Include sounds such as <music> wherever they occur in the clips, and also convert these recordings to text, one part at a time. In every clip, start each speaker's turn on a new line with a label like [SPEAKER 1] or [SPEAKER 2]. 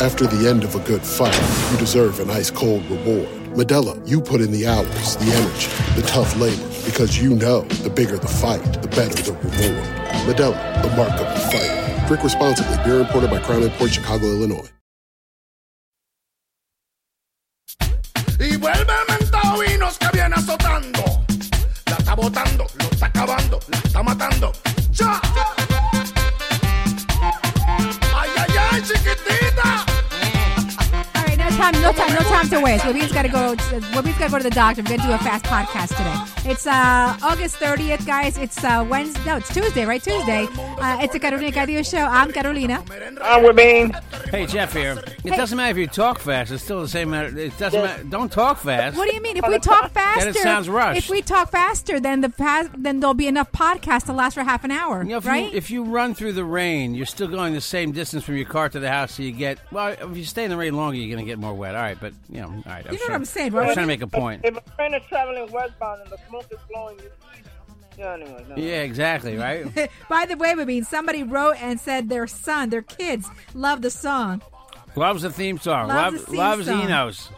[SPEAKER 1] After the end of a good fight, you deserve an ice cold reward. Medella, you put in the hours, the energy, the tough labor, because you know the bigger the fight, the better the reward. Medella, the mark of the fighter. Drink responsibly. Beer imported by Crown Port Chicago, Illinois.
[SPEAKER 2] Y vuelve el mentado vinos que viene azotando. La está botando, lo está acabando, la está matando. ¡Ya! ¡Ay, ay, ay, chiquitita!
[SPEAKER 3] All right, no time, no time, no time to waste. Webby's got to go. Webby's got to go to the doctor. We're gonna do a fast podcast today. It's uh, August thirtieth, guys. It's uh, Wednesday. No, it's Tuesday, right? Tuesday. Uh, it's a Carolina Cadillo show. I'm Carolina.
[SPEAKER 4] I'm with me.
[SPEAKER 5] Hey, Jeff here. It doesn't matter if you talk fast. It's still the same matter. It doesn't matter. Don't talk fast.
[SPEAKER 3] What do you mean? If we
[SPEAKER 5] <laughs>
[SPEAKER 3] talk
[SPEAKER 5] it
[SPEAKER 3] faster,
[SPEAKER 5] sounds rushed.
[SPEAKER 3] If we talk faster, then the past, then there'll be enough podcast to last for half an hour,
[SPEAKER 5] You know, if,
[SPEAKER 3] right?
[SPEAKER 5] you, if you run through the rain, you're still going the same distance from your car to the house. So you get well. If you stay in the rain longer, you're going to get more wet. All right, but you know, all right.
[SPEAKER 3] You know what I'm saying,
[SPEAKER 5] I'm
[SPEAKER 3] right?
[SPEAKER 5] trying to make a point.
[SPEAKER 4] If a friend is traveling westbound and the smoke is blowing you, yeah, anyway, no.
[SPEAKER 5] Yeah, exactly. Right.
[SPEAKER 3] <laughs> <laughs> By the way, Webby, somebody wrote and said their son, their kids love the song.
[SPEAKER 5] loves the theme song.
[SPEAKER 3] Loves the
[SPEAKER 5] Love-
[SPEAKER 3] theme
[SPEAKER 5] loves
[SPEAKER 3] song.
[SPEAKER 5] Enos.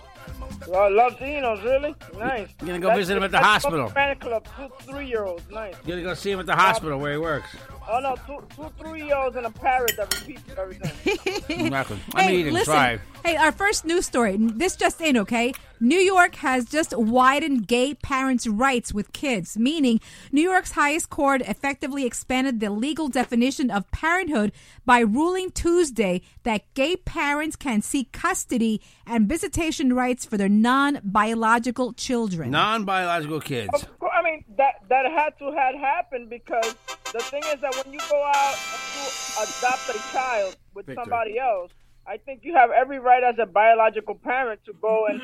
[SPEAKER 4] Well, love Zeno's, really? Nice.
[SPEAKER 5] You gonna go visit him at the hospital.
[SPEAKER 4] Fan club, two three-year-olds, nice.
[SPEAKER 5] You're going to go see him at the hospital where
[SPEAKER 3] <laughs>
[SPEAKER 5] he works.
[SPEAKER 4] Oh, no, two, two three-year-olds and a parrot that repeats
[SPEAKER 5] <laughs>
[SPEAKER 4] everything.
[SPEAKER 5] Exactly. I'm
[SPEAKER 3] hey,
[SPEAKER 5] eating.
[SPEAKER 3] listen.
[SPEAKER 5] Try.
[SPEAKER 3] Hey, our first news story. This just in, okay? New York has just widened gay parents' rights with kids, meaning New York's highest court effectively expanded the legal definition of parenthood by ruling Tuesday that gay parents can seek custody and visitation rights for their non biological children.
[SPEAKER 5] Non-biological kids.
[SPEAKER 4] Of course, I mean that that had to had happened because the thing is that when you go out to adopt a child with
[SPEAKER 5] Victor.
[SPEAKER 4] somebody else, I think you have every right as a biological parent to go and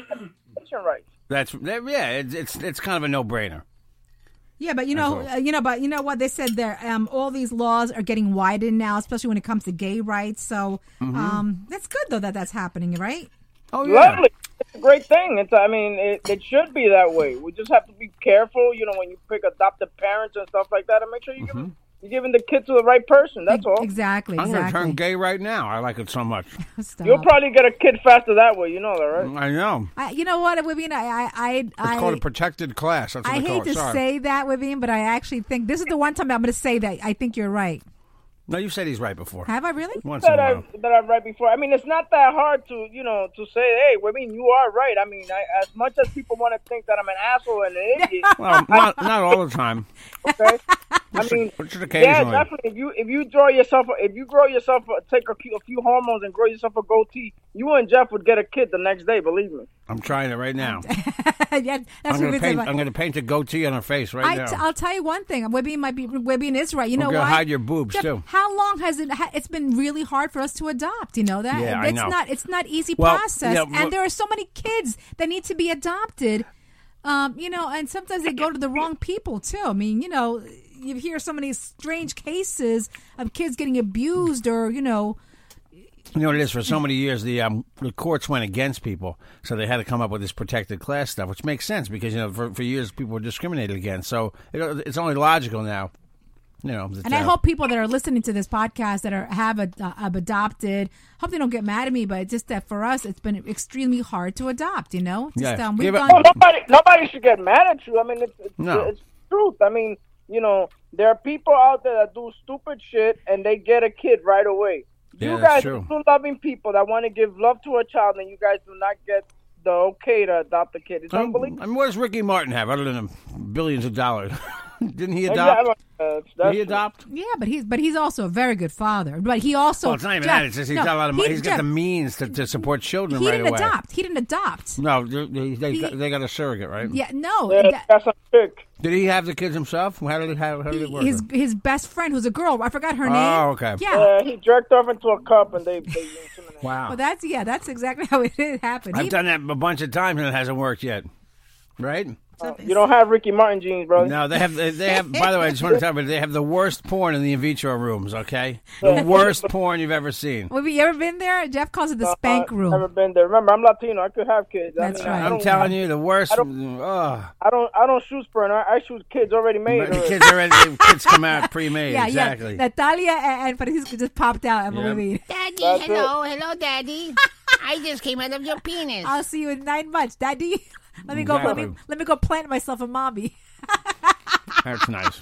[SPEAKER 5] <clears throat>
[SPEAKER 4] adoption rights.
[SPEAKER 5] That's that, yeah. It's, it's it's kind of a no-brainer.
[SPEAKER 3] Yeah, but you know,
[SPEAKER 5] That's
[SPEAKER 3] uh, you know, but you know what they said there. Um, all these laws are getting widened now, especially when it comes to gay rights. So um, that's good though that that's happening, right?
[SPEAKER 5] Oh
[SPEAKER 4] Lovely. It's a great thing. It's I mean it, it should be that way. We just have to be careful, you know, when you pick adopted parents and stuff like that, and make sure you give
[SPEAKER 5] Mm-hmm.
[SPEAKER 4] them you're giving the kid to the right person. That's all.
[SPEAKER 3] Exactly.
[SPEAKER 5] I'm going to
[SPEAKER 3] exactly.
[SPEAKER 5] turn gay right now. I like it so much.
[SPEAKER 3] Stop.
[SPEAKER 4] You'll probably get a kid faster that way. You know that, right?
[SPEAKER 5] I know.
[SPEAKER 3] I, you know what, Wibine? I, I,
[SPEAKER 5] It's
[SPEAKER 3] I,
[SPEAKER 5] called a
[SPEAKER 3] I,
[SPEAKER 5] protected class. That's what
[SPEAKER 3] I
[SPEAKER 5] they call
[SPEAKER 3] hate
[SPEAKER 5] it.
[SPEAKER 3] to
[SPEAKER 5] Sorry.
[SPEAKER 3] say that, Wibine, but I actually think this is the one time I'm going to say that. I think you're right.
[SPEAKER 5] no, you said he's right before.
[SPEAKER 3] Have I really? <laughs>
[SPEAKER 5] Once in a
[SPEAKER 4] that I
[SPEAKER 5] while.
[SPEAKER 4] that I read before. I mean, it's not that hard to you know to say, hey, I mean, you are right. I mean, I, as much as people want to think that I'm an asshole and
[SPEAKER 5] <laughs>
[SPEAKER 4] an idiot,
[SPEAKER 5] Well,
[SPEAKER 3] <laughs>
[SPEAKER 5] not, not all the time.
[SPEAKER 4] okay? I mean,
[SPEAKER 5] Which is
[SPEAKER 4] yeah,
[SPEAKER 5] occasionally.
[SPEAKER 4] definitely. If you if you draw yourself, a- if you grow yourself, a- take a few, a few hormones and grow yourself a goatee, you and Jeff would get a kid the next day. Believe me.
[SPEAKER 5] I'm trying it right now.
[SPEAKER 3] yeah, that's what
[SPEAKER 5] I'm going
[SPEAKER 3] we
[SPEAKER 5] to
[SPEAKER 3] said.
[SPEAKER 5] paint.
[SPEAKER 3] about-
[SPEAKER 5] I'm going to paint a goatee on her face right
[SPEAKER 3] I
[SPEAKER 5] now.
[SPEAKER 3] t- I'll tell you one thing. Wibine might be. Wibine is right. You know
[SPEAKER 5] gonna
[SPEAKER 3] why?
[SPEAKER 5] hide your boobs,
[SPEAKER 3] Jeff,
[SPEAKER 5] too.
[SPEAKER 3] How long has it? Ha- it's been really hard for us to adopt. You know that.
[SPEAKER 5] Yeah, I
[SPEAKER 3] it's
[SPEAKER 5] know.
[SPEAKER 3] not. It's not easy
[SPEAKER 5] Well,
[SPEAKER 3] process.
[SPEAKER 5] yeah, well-
[SPEAKER 3] and there are so many kids that need to be adopted. Um, you know, and sometimes they go to the wrong people too. I mean, you know, you hear so many strange cases of kids getting abused or you know.
[SPEAKER 5] you know what it is? For so many years, the um, the courts went against people, so they had to come up with this protected class stuff, which makes sense because you know for, for years people were discriminated against. So it, it's only logical now. You know, that,
[SPEAKER 3] And I
[SPEAKER 5] uh,
[SPEAKER 3] hope people that are listening to this podcast that are have, ad- uh, have adopted, hope they don't get mad at me, but it's just that for us, it's been extremely hard to adopt. You know, just,
[SPEAKER 5] Yeah.
[SPEAKER 3] um, we've
[SPEAKER 5] Give it-
[SPEAKER 3] gone.
[SPEAKER 4] Well, nobody, nobody should get mad at you. I mean, it's, it's,
[SPEAKER 5] No.
[SPEAKER 4] it's truth. I mean, you know, there are people out there that do stupid shit and they get a kid right away.
[SPEAKER 5] Yeah,
[SPEAKER 4] you
[SPEAKER 5] that's
[SPEAKER 4] guys
[SPEAKER 5] true.
[SPEAKER 4] are two loving people that want to give love to a child, and you guys do not get the okay to adopt a kid. It's
[SPEAKER 5] I Oh,
[SPEAKER 4] unbelievable.
[SPEAKER 5] mean, what does Ricky Martin have other than billions of dollars? <laughs> Didn't he
[SPEAKER 4] Yeah,
[SPEAKER 5] adopt?
[SPEAKER 4] I'm, uh,
[SPEAKER 5] Did
[SPEAKER 4] that's-
[SPEAKER 5] he adopt?
[SPEAKER 3] Yeah, but he's but he's also a very good father. But he also
[SPEAKER 5] Well, it's not even
[SPEAKER 3] Jeff,
[SPEAKER 5] that. It's just he's
[SPEAKER 3] no,
[SPEAKER 5] got a lot of money.
[SPEAKER 3] he-
[SPEAKER 5] He's got
[SPEAKER 3] Jeff,
[SPEAKER 5] the means to, to support children
[SPEAKER 3] He
[SPEAKER 5] right
[SPEAKER 3] didn't
[SPEAKER 5] away. Mm.
[SPEAKER 3] adopt. He didn't adopt.
[SPEAKER 5] No, they, they,
[SPEAKER 3] He-
[SPEAKER 5] got, they got a surrogate, right?
[SPEAKER 3] Yeah, no.
[SPEAKER 4] Yeah,
[SPEAKER 3] that-
[SPEAKER 4] that's a chick.
[SPEAKER 5] Did he have the kids himself? How did it, how, how did it work?
[SPEAKER 3] his his best friend who's a girl. I forgot her
[SPEAKER 5] Oh,
[SPEAKER 3] name.
[SPEAKER 5] okay.
[SPEAKER 3] Yeah.
[SPEAKER 4] Uh, he jerked off into a cup and they. they inseminated.
[SPEAKER 5] wow.
[SPEAKER 3] Well, that's yeah. That's exactly <laughs> how it did happen.
[SPEAKER 5] I've
[SPEAKER 3] He-
[SPEAKER 5] done that a bunch of times and it hasn't worked yet. Right?
[SPEAKER 4] You don't have Ricky Martin jeans, bro.
[SPEAKER 5] No, they have. They they have. By the way, I just want to tell you, they have the worst porn in the in vitro rooms. Okay,
[SPEAKER 4] <laughs>
[SPEAKER 5] the worst porn you've ever seen.
[SPEAKER 3] Have you ever been there? Jeff calls it the spank room.
[SPEAKER 4] Uh, Never been there. Remember, I'm Latino. I could have kids.
[SPEAKER 3] That's
[SPEAKER 4] I
[SPEAKER 3] right.
[SPEAKER 4] I
[SPEAKER 5] I'm
[SPEAKER 4] don't,
[SPEAKER 5] telling you, the worst. oh,
[SPEAKER 4] I
[SPEAKER 5] Ugh.
[SPEAKER 4] I don't. I don't shoot sperm. I, I shoot kids already made. uh,
[SPEAKER 5] But the
[SPEAKER 4] already.
[SPEAKER 5] kids already the kids
[SPEAKER 3] <laughs>
[SPEAKER 5] come out pre-made.
[SPEAKER 3] yeah,
[SPEAKER 5] exactly.
[SPEAKER 3] yeah. Natalia and, and Francisco just popped out. I
[SPEAKER 5] Yeah.
[SPEAKER 3] believe.
[SPEAKER 6] Daddy,
[SPEAKER 4] That's
[SPEAKER 6] hello, hello,
[SPEAKER 5] <laughs>
[SPEAKER 6] Daddy. I just came out of your penis.
[SPEAKER 3] I'll see you in nine months, Daddy. <laughs> Let me go. Let me
[SPEAKER 5] Exactly.
[SPEAKER 3] let me go plant myself a mommy. <laughs>
[SPEAKER 5] That's nice.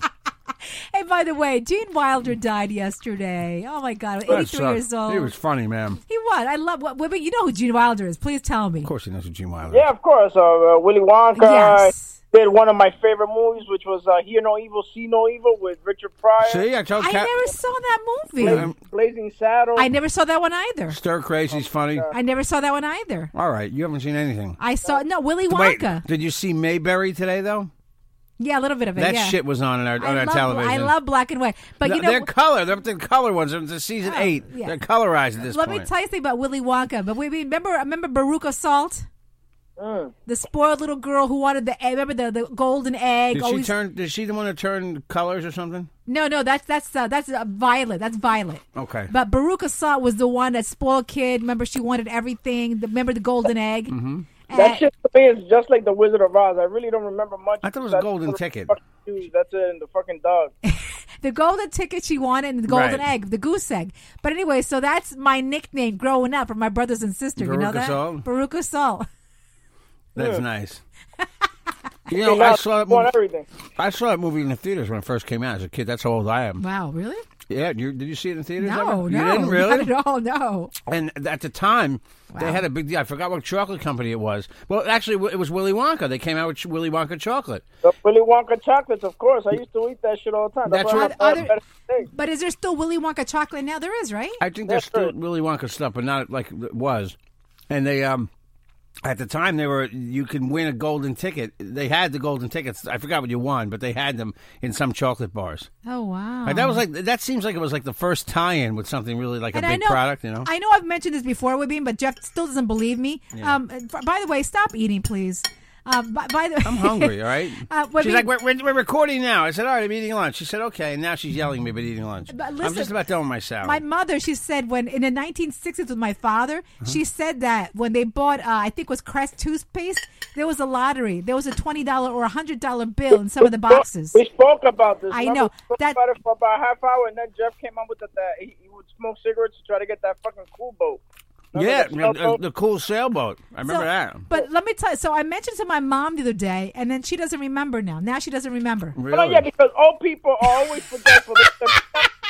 [SPEAKER 3] And by the way, Gene Wilder died yesterday. Oh my God,
[SPEAKER 5] That
[SPEAKER 3] eighty-three
[SPEAKER 5] sucks.
[SPEAKER 3] years old.
[SPEAKER 5] He was funny, man.
[SPEAKER 3] He was. I love. What, wait, you know who Gene Wilder is? Please tell me.
[SPEAKER 5] Of course, he knows what Gene Wilder.
[SPEAKER 4] Yeah, of course. Uh, uh, Willy Wonka
[SPEAKER 3] Yes.
[SPEAKER 4] did one of my favorite movies, which was uh, Hear No Evil, See No Evil with Richard Pryor.
[SPEAKER 5] See, I told
[SPEAKER 3] I
[SPEAKER 5] Cat
[SPEAKER 3] never saw that movie.
[SPEAKER 5] Um,
[SPEAKER 4] Blazing Saddles.
[SPEAKER 3] I never saw that one either.
[SPEAKER 5] Stir Crazy's funny.
[SPEAKER 3] I never saw that one either.
[SPEAKER 5] All right, you haven't seen anything.
[SPEAKER 3] I saw no Willy
[SPEAKER 5] Wait,
[SPEAKER 3] Wonka.
[SPEAKER 5] did you see Mayberry today though?
[SPEAKER 3] Yeah, a little bit of it.
[SPEAKER 5] That
[SPEAKER 3] yeah.
[SPEAKER 5] shit was on in our, on
[SPEAKER 3] I
[SPEAKER 5] our
[SPEAKER 3] love,
[SPEAKER 5] television.
[SPEAKER 3] I love black and white, but
[SPEAKER 5] No,
[SPEAKER 3] you know.
[SPEAKER 5] they're color. They're the color ones. They're the season
[SPEAKER 3] Oh,
[SPEAKER 5] eight.
[SPEAKER 3] yeah.
[SPEAKER 5] They're colorized at this
[SPEAKER 3] let
[SPEAKER 5] point.
[SPEAKER 3] me tell you something about Willy Wonka. But we we remember remember Baruch Salt, the spoiled little girl who wanted the egg. Remember the, the golden egg.
[SPEAKER 5] did she
[SPEAKER 3] always-
[SPEAKER 5] turn? Did she the one that turned colors or something?
[SPEAKER 3] No, no, that's that's uh, that's uh, Violet. That's Violet.
[SPEAKER 5] Okay.
[SPEAKER 3] But Baruch Assault was the one that spoiled kid. Remember, she wanted everything. The, remember the golden egg. Mm-hmm.
[SPEAKER 4] that shit to me is just like The Wizard of Oz. I really don't remember much.
[SPEAKER 5] I thought it was
[SPEAKER 4] That's
[SPEAKER 5] Golden
[SPEAKER 4] the
[SPEAKER 5] Ticket.
[SPEAKER 4] fucking dude, That's it, and the fucking dog.
[SPEAKER 3] the golden ticket she wanted and the golden
[SPEAKER 5] Right.
[SPEAKER 3] egg, the goose egg. But anyway, so that's my nickname growing up for my brothers and sisters. you know
[SPEAKER 5] Baruch
[SPEAKER 3] that?
[SPEAKER 5] Assault?
[SPEAKER 3] Baruch Assault.
[SPEAKER 5] That's
[SPEAKER 3] <laughs>
[SPEAKER 5] nice. you know, I saw that
[SPEAKER 4] want
[SPEAKER 5] movie,
[SPEAKER 4] everything.
[SPEAKER 5] I saw that movie in the theaters when it first came out as a kid. That's how old I am.
[SPEAKER 3] Wow, really?
[SPEAKER 5] Yeah, you, did you see it in the theaters?
[SPEAKER 3] No,
[SPEAKER 5] ever?
[SPEAKER 3] no.
[SPEAKER 5] you didn't
[SPEAKER 3] <laughs>
[SPEAKER 5] really.
[SPEAKER 3] Not at all, no.
[SPEAKER 5] And at the time, they had a big deal. I forgot what chocolate company it was. Well, actually, it was Willy Wonka. They came out with Willy Wonka chocolate.
[SPEAKER 4] The Willy Wonka chocolates, of course. I used to eat that shit all the time.
[SPEAKER 5] That's
[SPEAKER 4] why I
[SPEAKER 5] right.
[SPEAKER 4] have that
[SPEAKER 3] Other-
[SPEAKER 4] better steak.
[SPEAKER 3] But is there still Willy Wonka chocolate now? There is, right?
[SPEAKER 5] I think there's
[SPEAKER 4] That's
[SPEAKER 5] still Willy Wonka stuff, but not like it was. And they, um, at the time, they were you can win a golden ticket. They had the golden tickets. I forgot what you won, but they had them in some chocolate bars.
[SPEAKER 3] oh, wow.
[SPEAKER 5] Like, that was like that seems like it was like the first tie-in with something really like
[SPEAKER 3] and
[SPEAKER 5] a
[SPEAKER 3] I
[SPEAKER 5] big
[SPEAKER 3] know,
[SPEAKER 5] product, you know.
[SPEAKER 3] I know I've mentioned this before, Wibbean, but Jeff still doesn't believe me. Um, f- by the way, stop eating, please. Um, by, by the
[SPEAKER 5] I'm
[SPEAKER 3] <laughs>
[SPEAKER 5] hungry, all right?
[SPEAKER 3] Uh,
[SPEAKER 5] she's
[SPEAKER 3] Wibbean-
[SPEAKER 5] like, we're, we're, we're recording now. I said, all right, I'm eating lunch. She said, okay. And now she's yelling at me about eating lunch.
[SPEAKER 3] But
[SPEAKER 5] I'm
[SPEAKER 3] listen,
[SPEAKER 5] just about done with my salad.
[SPEAKER 3] My mother, she said when in the 1960s with my father,
[SPEAKER 5] Uh-huh.
[SPEAKER 3] she said that when they bought, uh, I think it was Crest toothpaste, there was a lottery. There was a twenty dollar or a hundred dollar bill in some of the boxes.
[SPEAKER 4] We spoke about this.
[SPEAKER 3] I
[SPEAKER 4] Remember,
[SPEAKER 3] know.
[SPEAKER 4] We spoke
[SPEAKER 3] That-
[SPEAKER 4] about it for about a half hour, and then Jeff came up with that. that he, he would smoke cigarettes to try to get that fucking cool boat.
[SPEAKER 5] yeah, uh,
[SPEAKER 4] Remember
[SPEAKER 5] the,
[SPEAKER 4] the sailboat?
[SPEAKER 5] the cool sailboat. I
[SPEAKER 3] So-
[SPEAKER 5] remember that.
[SPEAKER 3] But let me tell you. So I mentioned to my mom the other day, and then she doesn't remember now. Now she doesn't remember.
[SPEAKER 5] Really?
[SPEAKER 4] Oh yeah, because old people are always forgetful.
[SPEAKER 5] <laughs>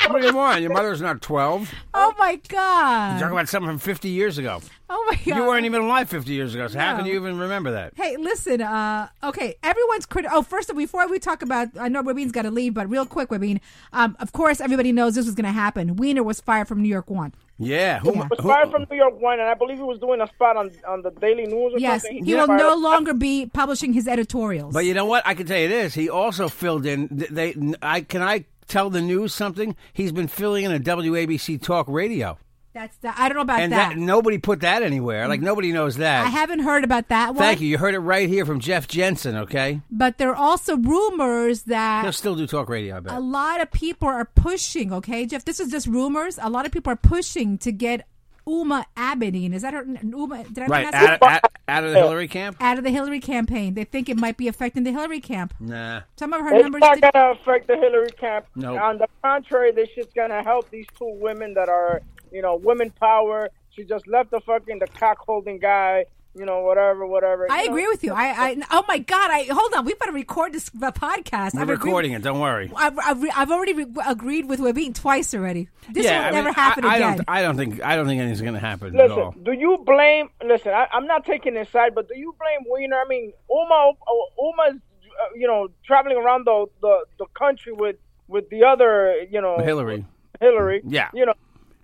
[SPEAKER 5] what do you want? Your mother's not 12.
[SPEAKER 3] Oh my
[SPEAKER 5] Talk
[SPEAKER 3] god!
[SPEAKER 5] about something from 50 years ago.
[SPEAKER 3] Oh my god!
[SPEAKER 5] You weren't even alive 50 years ago, so how can
[SPEAKER 3] No.
[SPEAKER 5] you even remember that?
[SPEAKER 3] Hey, listen. Uh, okay, everyone's crit. Oh, first of before we talk about, I know Webin's got to leave, but real quick, Webin. Um, of course, everybody knows this was going to happen. Wiener was fired from New York One.
[SPEAKER 5] Yeah. Who,
[SPEAKER 3] Yeah.
[SPEAKER 4] was fired from New York One, and I believe he was doing a spot on on the Daily News or
[SPEAKER 3] Yes,
[SPEAKER 4] something.
[SPEAKER 3] he will no longer be publishing his editorials.
[SPEAKER 5] But you know what? I can tell you this. He also filled in. th- They, I can I tell the news something. He's been filling in a WABC talk radio,
[SPEAKER 3] That's the, I don't know about
[SPEAKER 5] and
[SPEAKER 3] that.
[SPEAKER 5] that, nobody put that anywhere. Like nobody knows that.
[SPEAKER 3] I haven't heard about that one.
[SPEAKER 5] Thank you. You heard it right here from Jeff Jensen. Okay,
[SPEAKER 3] But there are also rumors
[SPEAKER 5] he'll
[SPEAKER 3] that
[SPEAKER 5] still do talk radio. I bet.
[SPEAKER 3] a lot of people are pushing. Okay, Jeff, this is just rumors. A lot of people are pushing to get Uma Abedin. Is that her? Uma? Did I
[SPEAKER 5] right
[SPEAKER 3] pronounce
[SPEAKER 5] out,
[SPEAKER 3] it?
[SPEAKER 5] of- out, out of the Hillary camp.
[SPEAKER 3] Out of the Hillary campaign, they think it might be affecting the Hillary camp.
[SPEAKER 5] Nah.
[SPEAKER 3] Some of her
[SPEAKER 4] It's
[SPEAKER 3] numbers.
[SPEAKER 4] not
[SPEAKER 3] did-
[SPEAKER 4] gonna affect the Hillary camp.
[SPEAKER 5] No.
[SPEAKER 4] On the contrary, this shit's gonna help these two women that are, you know, women power. She just left the fucking the cock holding guy. You know, whatever, whatever.
[SPEAKER 3] I
[SPEAKER 4] know,
[SPEAKER 3] agree with you. I, I oh my god! I hold on. We better record this uh, podcast.
[SPEAKER 5] We're
[SPEAKER 3] I'm agree-
[SPEAKER 5] recording it. Don't worry.
[SPEAKER 3] I've, I've, re- I've already re- agreed with Webin twice already. This
[SPEAKER 5] yeah,
[SPEAKER 3] will
[SPEAKER 5] I
[SPEAKER 3] never
[SPEAKER 5] mean,
[SPEAKER 3] happen
[SPEAKER 5] I, I
[SPEAKER 3] again.
[SPEAKER 5] Don't, I don't think. I don't think anything's going to happen at all.
[SPEAKER 4] Listen, do you blame? Listen, I, I'm not taking his side, but do you blame Wiener? I mean, Uma, Uma is uh, you know, traveling around the, the, the country with, with the other, you know,
[SPEAKER 5] Hillary.
[SPEAKER 4] Hillary.
[SPEAKER 5] Yeah.
[SPEAKER 4] You know,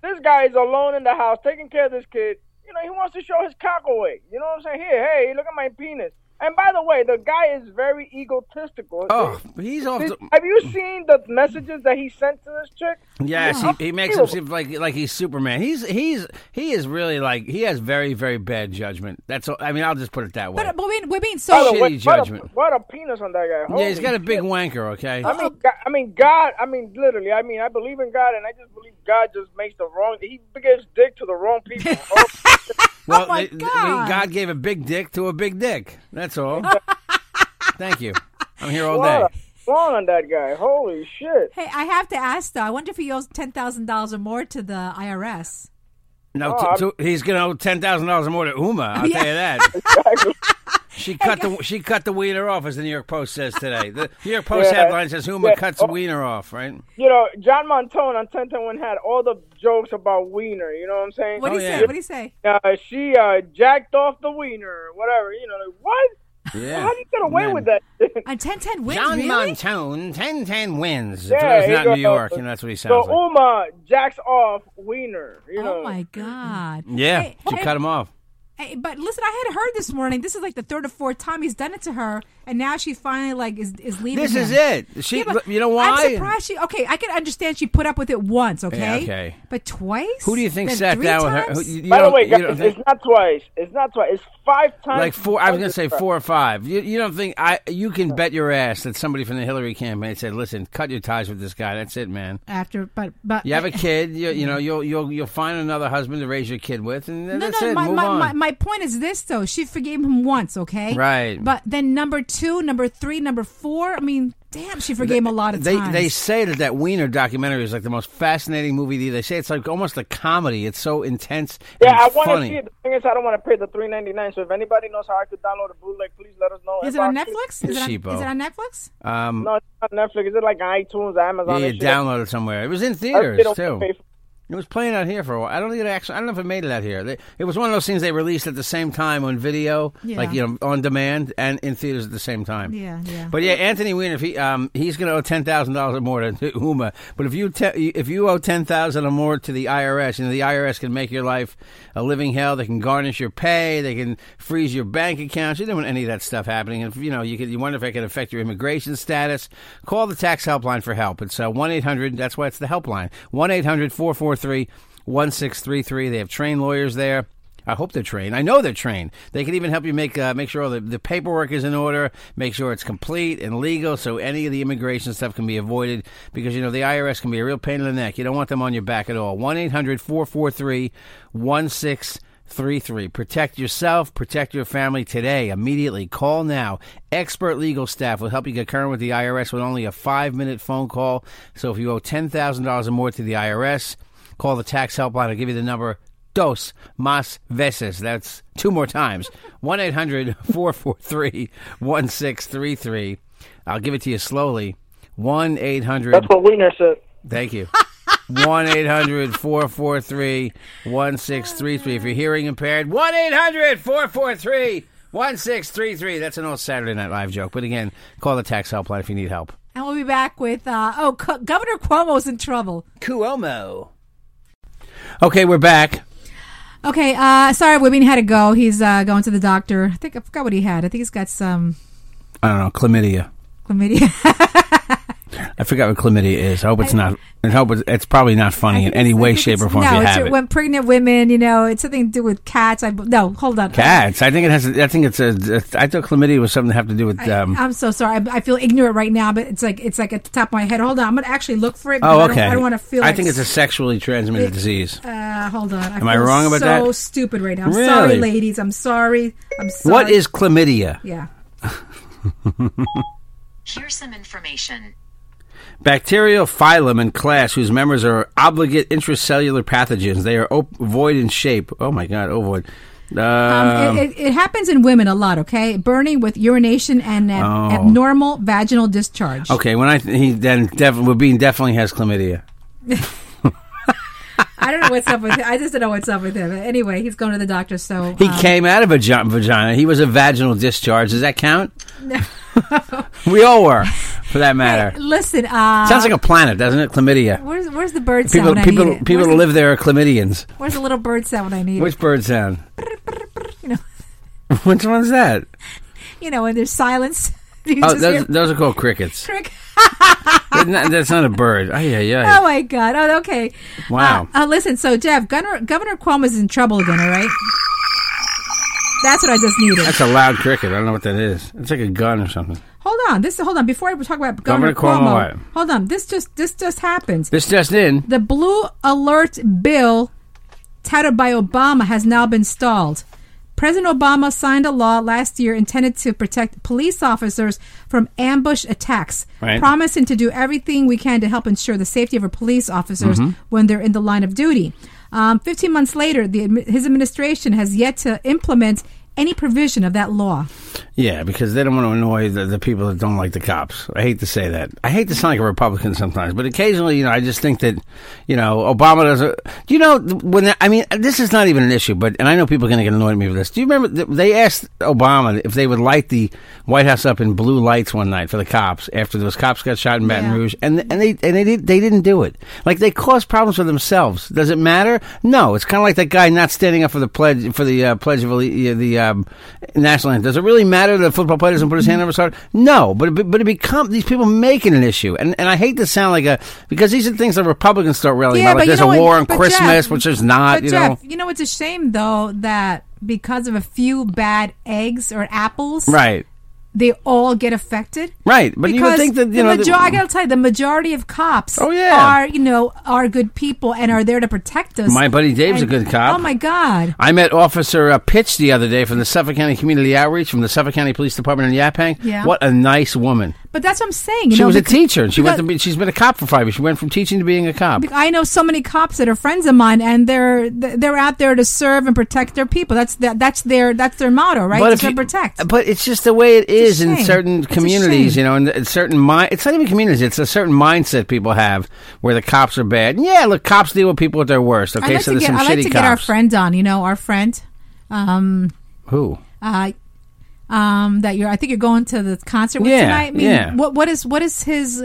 [SPEAKER 4] this guy is alone in the house taking care of this kid. You know, he wants to show his cock away. You know what I'm saying? Here, hey, look at my penis. And by the way, the guy is very egotistical.
[SPEAKER 5] Oh, he's off.
[SPEAKER 4] Did-
[SPEAKER 5] The,
[SPEAKER 4] have you seen the messages that he sent to this chick?
[SPEAKER 5] yes, he, he makes him seem like like he's Superman. He's he's he is really like he has very very bad judgment. That's all, I mean I'll just put it that way.
[SPEAKER 3] But, but we, we're being
[SPEAKER 4] By the
[SPEAKER 3] so.
[SPEAKER 5] Shitty
[SPEAKER 4] way, what a-
[SPEAKER 5] judgment.
[SPEAKER 4] What a, penis on that guy.
[SPEAKER 5] yeah, he's
[SPEAKER 4] Holy
[SPEAKER 5] got a big
[SPEAKER 4] shit.
[SPEAKER 5] wanker. Okay.
[SPEAKER 3] oh
[SPEAKER 4] I mean, God, I mean, God. I mean, literally. I mean, I believe in God, and I just believe God just makes the wrong. He gives dick to the wrong
[SPEAKER 3] <laughs>
[SPEAKER 4] people. Oh,
[SPEAKER 5] well,
[SPEAKER 3] my
[SPEAKER 5] they- they-
[SPEAKER 3] God.
[SPEAKER 5] God gave a big dick to a big dick. That's
[SPEAKER 3] <laughs>
[SPEAKER 5] all. Thank you. I'm here all day.
[SPEAKER 4] what a wrong on that guy. Holy shit.
[SPEAKER 3] Hey, I have to ask though. I wonder if he owes ten thousand dollars or more to the IRS.
[SPEAKER 4] Oh,
[SPEAKER 5] No, t- t- he's gonna owe ten thousand dollars more to Uma. I'll tell you
[SPEAKER 4] <laughs>
[SPEAKER 5] that. She cut the she cut the wiener off, as the New York Post says today. The New York Post
[SPEAKER 4] Yeah.
[SPEAKER 5] headline says Uma
[SPEAKER 4] Yeah. Oh.
[SPEAKER 5] cuts wiener off. Right?
[SPEAKER 4] You know, John Montone on 1010 had all the jokes about Wiener. You know what I'm saying?
[SPEAKER 3] What do
[SPEAKER 5] Oh,
[SPEAKER 3] you
[SPEAKER 5] yeah.
[SPEAKER 3] say? What do you say?
[SPEAKER 4] Uh, she uh, jacked off the Wiener, whatever. You know, like, what?
[SPEAKER 5] Yeah.
[SPEAKER 4] How do you get away
[SPEAKER 5] Man.
[SPEAKER 4] with that? shit?
[SPEAKER 3] And ten ten wins.
[SPEAKER 5] John
[SPEAKER 3] really?
[SPEAKER 5] Montone, ten ten wins. If
[SPEAKER 4] Yeah,
[SPEAKER 5] it
[SPEAKER 4] he
[SPEAKER 5] was
[SPEAKER 4] go-
[SPEAKER 5] not New York, you know that's what he
[SPEAKER 4] So
[SPEAKER 5] sounds like.
[SPEAKER 4] Uma jacks off Wiener. You know,
[SPEAKER 3] Oh my God!
[SPEAKER 5] Yeah,
[SPEAKER 3] Hey,
[SPEAKER 5] she
[SPEAKER 3] hey,
[SPEAKER 5] cut him off.
[SPEAKER 3] hey, Eh, but listen, I had heard this morning. This is like the third or fourth time he's done it to her, and now she finally like is is leaving.
[SPEAKER 5] This is
[SPEAKER 3] him.
[SPEAKER 5] it. She,
[SPEAKER 3] Yeah, but
[SPEAKER 5] you know why?
[SPEAKER 3] I'm surprised she. Okay, I can understand she put up with it once. Okay,
[SPEAKER 5] Yeah, okay.
[SPEAKER 3] but twice.
[SPEAKER 5] Who do you think
[SPEAKER 3] Then
[SPEAKER 5] sat
[SPEAKER 3] three
[SPEAKER 5] down with
[SPEAKER 3] times?
[SPEAKER 5] her? Who- you- you
[SPEAKER 4] By the
[SPEAKER 5] don't-
[SPEAKER 4] way,
[SPEAKER 5] you
[SPEAKER 4] guys,
[SPEAKER 5] don't
[SPEAKER 4] it's,
[SPEAKER 5] think-
[SPEAKER 4] not twice. It's not twice. It's five times.
[SPEAKER 5] like four. I was gonna say four or five. You, you don't think I? You can bet your ass that somebody from the Hillary campaign said, "Listen, cut your ties with this guy. That's it, man.
[SPEAKER 3] after, but but
[SPEAKER 5] You have a kid. You, you know, you'll you'll you'll find another husband to raise your kid with, and then
[SPEAKER 3] No,
[SPEAKER 5] that's
[SPEAKER 3] no,
[SPEAKER 5] it.
[SPEAKER 3] my,
[SPEAKER 5] Move
[SPEAKER 3] my,
[SPEAKER 5] on.
[SPEAKER 3] my, my point is this, though. She forgave him once, okay?
[SPEAKER 5] Right.
[SPEAKER 3] But then number two, number three, number four, I mean, damn, she forgave him a lot of
[SPEAKER 5] they
[SPEAKER 3] times.
[SPEAKER 5] they say that that Wiener documentary is like the most fascinating movie. They say it's like almost a comedy. It's so intense.
[SPEAKER 4] Yeah,
[SPEAKER 5] and
[SPEAKER 4] I want to
[SPEAKER 5] funny.
[SPEAKER 4] see it. The thing is, I don't want to pay the three ninety nine. So if anybody knows how I could download a bootleg, please let us know.
[SPEAKER 3] is
[SPEAKER 4] If
[SPEAKER 3] it on
[SPEAKER 4] I-
[SPEAKER 3] Netflix? Is it on,
[SPEAKER 5] Sheepo.
[SPEAKER 3] is it on Netflix?
[SPEAKER 5] Um,
[SPEAKER 4] No, it's not Netflix. Is it like on iTunes,
[SPEAKER 5] yeah,
[SPEAKER 4] Amazon?
[SPEAKER 5] you
[SPEAKER 4] and shit?
[SPEAKER 5] download it somewhere. It was in
[SPEAKER 4] I really
[SPEAKER 5] theaters
[SPEAKER 4] don't
[SPEAKER 5] too.
[SPEAKER 4] pay for-
[SPEAKER 5] It was playing out here for a while. I don't think it actually. I don't know if it made it out here. They, it was one of those things they released at the same time on video,
[SPEAKER 3] Yeah.
[SPEAKER 5] like you know, on demand and in theaters at the same time.
[SPEAKER 3] Yeah, yeah.
[SPEAKER 5] But yeah, Anthony Weiner, if he um, he's going to owe ten thousand dollars or more to, <laughs> to Uma. But if you te- if you owe ten thousand or more to the IRS, you know the IRS can make your life a living hell. They can garnish your pay. They can freeze your bank accounts. You don't want any of that stuff happening. If you know you could, you wonder if it could affect your immigration status. Call the tax helpline for help. It's uh, one eight hundred. That's why it's the helpline. One 443 1633 They have trained lawyers there. I hope they're trained. I know they're trained. They can even help you make uh, make sure all the, the paperwork is in order, make sure it's complete and legal, so any of the immigration stuff can be avoided because you know the IRS can be a real pain in the neck. You don't want them on your back at all. 1-800-443-1633. 33. Protect yourself, protect your family today, immediately. Call now. Expert legal staff will help you get current with the IRS with only a five minute phone call. So if you owe $10,000 or more to the IRS, call the tax helpline. I'll give you the number dos más veces. That's two more times. <laughs> 1 800 443 1633. I'll give it to you slowly. 1 800.
[SPEAKER 4] That's what Wiener said.
[SPEAKER 5] Thank you. 1 800 443 1633. If you're hearing impaired, 1 800 443 1633. That's an old Saturday Night Live joke. But again, call the tax helpline if you need help.
[SPEAKER 3] And we'll be back with, uh, oh, Co- Governor Cuomo's in trouble.
[SPEAKER 5] Cuomo. Okay, we're back.
[SPEAKER 3] Okay, uh, sorry, Wibbian had to go. He's uh, going to the doctor. I think I forgot what he had. I think he's got some
[SPEAKER 5] I don't know, chlamydia.
[SPEAKER 3] chlamydia.
[SPEAKER 5] I forgot what chlamydia is. I hope it's not. I hope it's, it's probably not funny in <laughs> any
[SPEAKER 3] <laughs>
[SPEAKER 5] way,
[SPEAKER 3] I think
[SPEAKER 5] shape,
[SPEAKER 3] it's-
[SPEAKER 5] or form. if
[SPEAKER 3] No,
[SPEAKER 5] you
[SPEAKER 3] it's
[SPEAKER 5] have it.
[SPEAKER 3] when pregnant women, you know, it's something to do with cats. I, no, hold on.
[SPEAKER 5] Cats. I think it has. I think it's a. it's- I thought chlamydia was something to have to do with. Um,
[SPEAKER 3] I'm so sorry. I, I feel ignorant right now, but it's like it's like at the top of my head. Hold on, I'm gonna actually look for it.
[SPEAKER 5] oh,
[SPEAKER 3] because I don't-
[SPEAKER 5] okay.
[SPEAKER 3] I don't, want to feel.
[SPEAKER 5] I
[SPEAKER 3] like
[SPEAKER 5] think it's a sexually transmitted
[SPEAKER 3] It-
[SPEAKER 5] disease.
[SPEAKER 3] Uh, hold on. I
[SPEAKER 5] I
[SPEAKER 3] feel
[SPEAKER 5] wrong about
[SPEAKER 3] so
[SPEAKER 5] that?
[SPEAKER 3] stupid right now. I'm sorry,
[SPEAKER 5] Really?
[SPEAKER 3] ladies. I'm sorry. I'm sorry.
[SPEAKER 5] What is chlamydia?
[SPEAKER 3] Yeah.
[SPEAKER 7] Here's some information.
[SPEAKER 5] Bacterial phylum and class whose members are obligate intracellular pathogens. They are op- void in shape. Oh my god, ovoid. Um,
[SPEAKER 3] Um, it, it, it happens in women a lot. Okay, burning with urination and ab-
[SPEAKER 5] Oh.
[SPEAKER 3] abnormal vaginal discharge.
[SPEAKER 5] okay, when I he then def- Wabin definitely has chlamydia.
[SPEAKER 3] I don't know what's up with him. I just don't know what's up with him. Anyway, he's going to the doctor, so
[SPEAKER 5] He
[SPEAKER 3] um,
[SPEAKER 5] came out of a gi- vagina. He was a vaginal discharge. Does that count? <laughs> we all were, for that matter.
[SPEAKER 3] Listen, uh,
[SPEAKER 5] Sounds like a planet, doesn't it? Chlamydia.
[SPEAKER 3] where's where's the bird
[SPEAKER 5] People,
[SPEAKER 3] sound? I
[SPEAKER 5] people,
[SPEAKER 3] need it?
[SPEAKER 5] people
[SPEAKER 3] where's,
[SPEAKER 5] who
[SPEAKER 3] the-
[SPEAKER 5] live there are chlamydians.
[SPEAKER 3] where's the little bird sound I need? it?
[SPEAKER 5] Which bird sound?
[SPEAKER 3] <laughs> You know,
[SPEAKER 5] Which one's that?
[SPEAKER 3] you know, when there's silence. <laughs> You
[SPEAKER 5] Oh,
[SPEAKER 3] just hear <laughs>
[SPEAKER 5] those, those are called crickets.
[SPEAKER 3] crick.
[SPEAKER 5] They're not- that's not a bird. Oh, yeah,
[SPEAKER 3] Oh
[SPEAKER 5] yeah.
[SPEAKER 3] my God! Oh, okay.
[SPEAKER 5] Wow.
[SPEAKER 3] Uh, uh, listen, so Jeff, Governor, Governor Cuomo's in trouble again. All right. That's what I just needed.
[SPEAKER 5] That's a loud cricket. I don't know what that is. It's like a gun or something.
[SPEAKER 3] Hold on. This hold on. Before I talk about Governor,
[SPEAKER 5] Governor Cuomo,
[SPEAKER 3] Cuomo,
[SPEAKER 5] what?
[SPEAKER 3] hold on. This just this just happens.
[SPEAKER 5] This just in.
[SPEAKER 3] The blue alert bill touted by Obama has now been stalled. President Obama signed a law last year intended to protect police officers from ambush attacks,
[SPEAKER 5] Right.
[SPEAKER 3] promising to do everything we can to help ensure the safety of our police officers when they're in the line of duty. Um, 15 months later, the, admi- his administration has yet to implement any provision of that law.
[SPEAKER 5] Yeah, because they don't want to annoy the, the people that don't like the cops. I hate to say that. I hate to sound like a Republican sometimes, but occasionally, you know, I just think that, you know, Obama doesn't. Do you know when? I mean, this is not even an issue, but and I know people are going to get annoyed at me with this. Do you remember th- they asked Obama if they would light the White House up in blue lights one night for the cops after those cops got shot in Baton
[SPEAKER 3] Yeah.
[SPEAKER 5] Rouge, and and they and they did, they didn't do it. Like they caused problems for themselves. Does it matter? No. It's kind of like that guy not standing up for the pledge for the uh, pledge of Alle- uh, the um, national anthem. Does it really matter that a football player doesn't put his hand over his heart? No. But it, be- but it become these people making an issue, and and I hate to sound like a because these are things that Republicans start rallying about. Oh, Like there's a
[SPEAKER 3] what-
[SPEAKER 5] war on
[SPEAKER 3] but
[SPEAKER 5] Christmas,
[SPEAKER 3] Jeff-
[SPEAKER 5] which there's not.
[SPEAKER 3] But
[SPEAKER 5] you know.
[SPEAKER 3] Jeff, you know, it's a shame though that because of a few bad eggs or apples,
[SPEAKER 5] Right.
[SPEAKER 3] They all get affected,
[SPEAKER 5] Right, but you would
[SPEAKER 3] because
[SPEAKER 5] think that, you
[SPEAKER 3] the
[SPEAKER 5] know,
[SPEAKER 3] major-
[SPEAKER 5] that-
[SPEAKER 3] I gotta tell you, the majority of cops,
[SPEAKER 5] Oh, yeah.
[SPEAKER 3] are you know are good people and are there to protect us.
[SPEAKER 5] My buddy Dave's
[SPEAKER 3] And-
[SPEAKER 5] a good cop.
[SPEAKER 3] Oh my god,
[SPEAKER 5] I met Officer uh, Pitch the other day from the Suffolk County Community Outreach from the Suffolk County Police Department in Yaphank.
[SPEAKER 3] Yeah.
[SPEAKER 5] What a nice woman.
[SPEAKER 3] but that's what I'm saying. You
[SPEAKER 5] she
[SPEAKER 3] know,
[SPEAKER 5] was a
[SPEAKER 3] bec-
[SPEAKER 5] teacher, and she went
[SPEAKER 3] because-
[SPEAKER 5] to be, she's been a cop for five years. She went from teaching to being a cop.
[SPEAKER 3] I know so many cops that are friends of mine, and they're they're out there to serve and protect their people. That's that, that's their that's their motto, right?
[SPEAKER 5] But
[SPEAKER 3] to
[SPEAKER 5] if you-
[SPEAKER 3] protect.
[SPEAKER 5] But it's just the way it is in
[SPEAKER 3] shame.
[SPEAKER 5] certain
[SPEAKER 3] It's a
[SPEAKER 5] communities,
[SPEAKER 3] shame.
[SPEAKER 5] you know, and it's certain mind. It's not even communities. It's a certain mindset people have where the cops are bad. And yeah, look, cops deal with people at their worst.
[SPEAKER 3] I
[SPEAKER 5] Okay,
[SPEAKER 3] like
[SPEAKER 5] so
[SPEAKER 3] to
[SPEAKER 5] there's
[SPEAKER 3] get
[SPEAKER 5] some
[SPEAKER 3] I like
[SPEAKER 5] shitty
[SPEAKER 3] to
[SPEAKER 5] cops.
[SPEAKER 3] get our friend on. You know, our friend. Um,
[SPEAKER 5] Who?
[SPEAKER 3] uh, um, that you're. I think you're going to the concert with
[SPEAKER 5] Yeah,
[SPEAKER 3] tonight. I mean,
[SPEAKER 5] yeah.
[SPEAKER 3] What what is what is his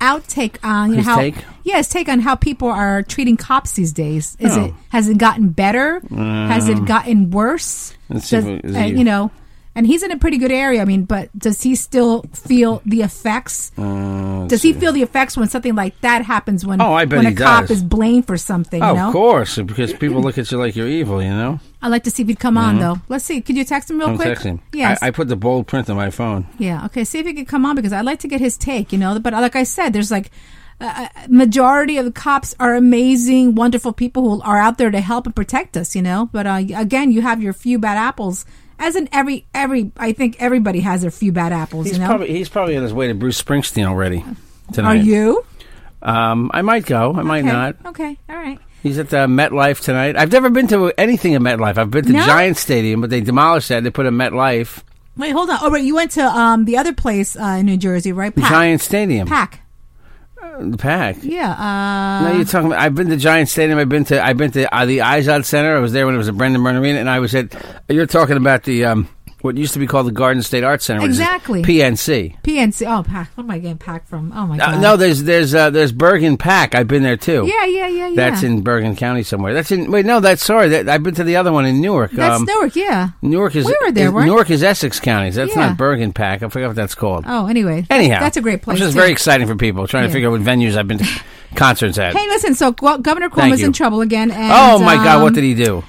[SPEAKER 3] outtake on you know,
[SPEAKER 5] His
[SPEAKER 3] how?
[SPEAKER 5] take?
[SPEAKER 3] Yeah, his take on how people are treating cops these days. Is
[SPEAKER 5] Oh. Um,
[SPEAKER 3] it has it gotten better? has it gotten worse?
[SPEAKER 5] Let's see if it- is
[SPEAKER 3] uh,
[SPEAKER 5] he-
[SPEAKER 3] you know. And he's in a pretty good area. I mean, but does he still feel the effects?
[SPEAKER 5] Uh,
[SPEAKER 3] does he feel the effects when something like that happens? When
[SPEAKER 5] Oh, I bet
[SPEAKER 3] when
[SPEAKER 5] he
[SPEAKER 3] a cop
[SPEAKER 5] does.
[SPEAKER 3] is blamed for something,
[SPEAKER 5] Oh,
[SPEAKER 3] you know.
[SPEAKER 5] of course, because people look at you like you're evil. You know,
[SPEAKER 3] I'd like to see if he'd come on though. Let's see. Could you text him real
[SPEAKER 5] Mm-hmm. I'm
[SPEAKER 3] quick?
[SPEAKER 5] texting.
[SPEAKER 3] Yes.
[SPEAKER 5] I, I put the bold print on my phone.
[SPEAKER 3] Yeah. Okay. See if you could come on because I'd like to get his take. You know, but uh, like I said, there's like a a majority of the cops are amazing, wonderful people who are out there to help and protect us. You know, but uh, again, you have your few bad apples. As in every every, I think everybody has their few bad apples.
[SPEAKER 5] He's
[SPEAKER 3] you know,
[SPEAKER 5] probably he's probably on his way to Bruce Springsteen already
[SPEAKER 3] are
[SPEAKER 5] tonight.
[SPEAKER 3] you?
[SPEAKER 5] Um, I might go. I might
[SPEAKER 3] okay.
[SPEAKER 5] not.
[SPEAKER 3] Okay. All right.
[SPEAKER 5] He's at the MetLife tonight. I've never been to anything at MetLife. I've been to
[SPEAKER 3] No?
[SPEAKER 5] Giant Stadium, but they demolished that. They put a MetLife
[SPEAKER 3] Wait, hold on. Oh, right. You went to um the other place uh, in New Jersey, right? Pack.
[SPEAKER 5] Giant Stadium.
[SPEAKER 3] Pack.
[SPEAKER 5] The pack.
[SPEAKER 3] Yeah. Uh,
[SPEAKER 5] No, you're talking. About, I've been to Giant Stadium. I've been to. I've been to uh, the Izod Center. I was there when it was a Brendan Byrne Arena, and I was at. You're talking about the um, what used to be called the Garden State Arts Center, which is
[SPEAKER 3] Exactly.
[SPEAKER 5] PNC.
[SPEAKER 3] PNC. Oh, Pack. What am I getting Pack from? Oh my
[SPEAKER 5] Uh,
[SPEAKER 3] god.
[SPEAKER 5] no, there's there's uh, there's Bergen Pack. I've been there too.
[SPEAKER 3] Yeah. Yeah. Yeah. Yeah.
[SPEAKER 5] That's in Bergen County somewhere. That's in. Wait, no, that's sorry. That, I've been to the other one in Newark.
[SPEAKER 3] That's
[SPEAKER 5] um,
[SPEAKER 3] Newark, yeah.
[SPEAKER 5] Newark is
[SPEAKER 3] We were there,
[SPEAKER 5] is-
[SPEAKER 3] weren't-
[SPEAKER 5] Newark is Essex County. so That's
[SPEAKER 3] Yeah.
[SPEAKER 5] not Bergen Pack. I forgot what that's called.
[SPEAKER 3] Oh, anyway.
[SPEAKER 5] Anyhow,
[SPEAKER 3] that's a great place.
[SPEAKER 5] Which is
[SPEAKER 3] too.
[SPEAKER 5] very exciting for people trying
[SPEAKER 3] Yeah.
[SPEAKER 5] to figure out what venues I've been to
[SPEAKER 3] <laughs>
[SPEAKER 5] concerts at.
[SPEAKER 3] Hey, listen. So Gu- Governor
[SPEAKER 5] Thank
[SPEAKER 3] Cuomo's
[SPEAKER 5] you.
[SPEAKER 3] in trouble again. And,
[SPEAKER 5] oh my God, what
[SPEAKER 3] um,
[SPEAKER 5] did he do?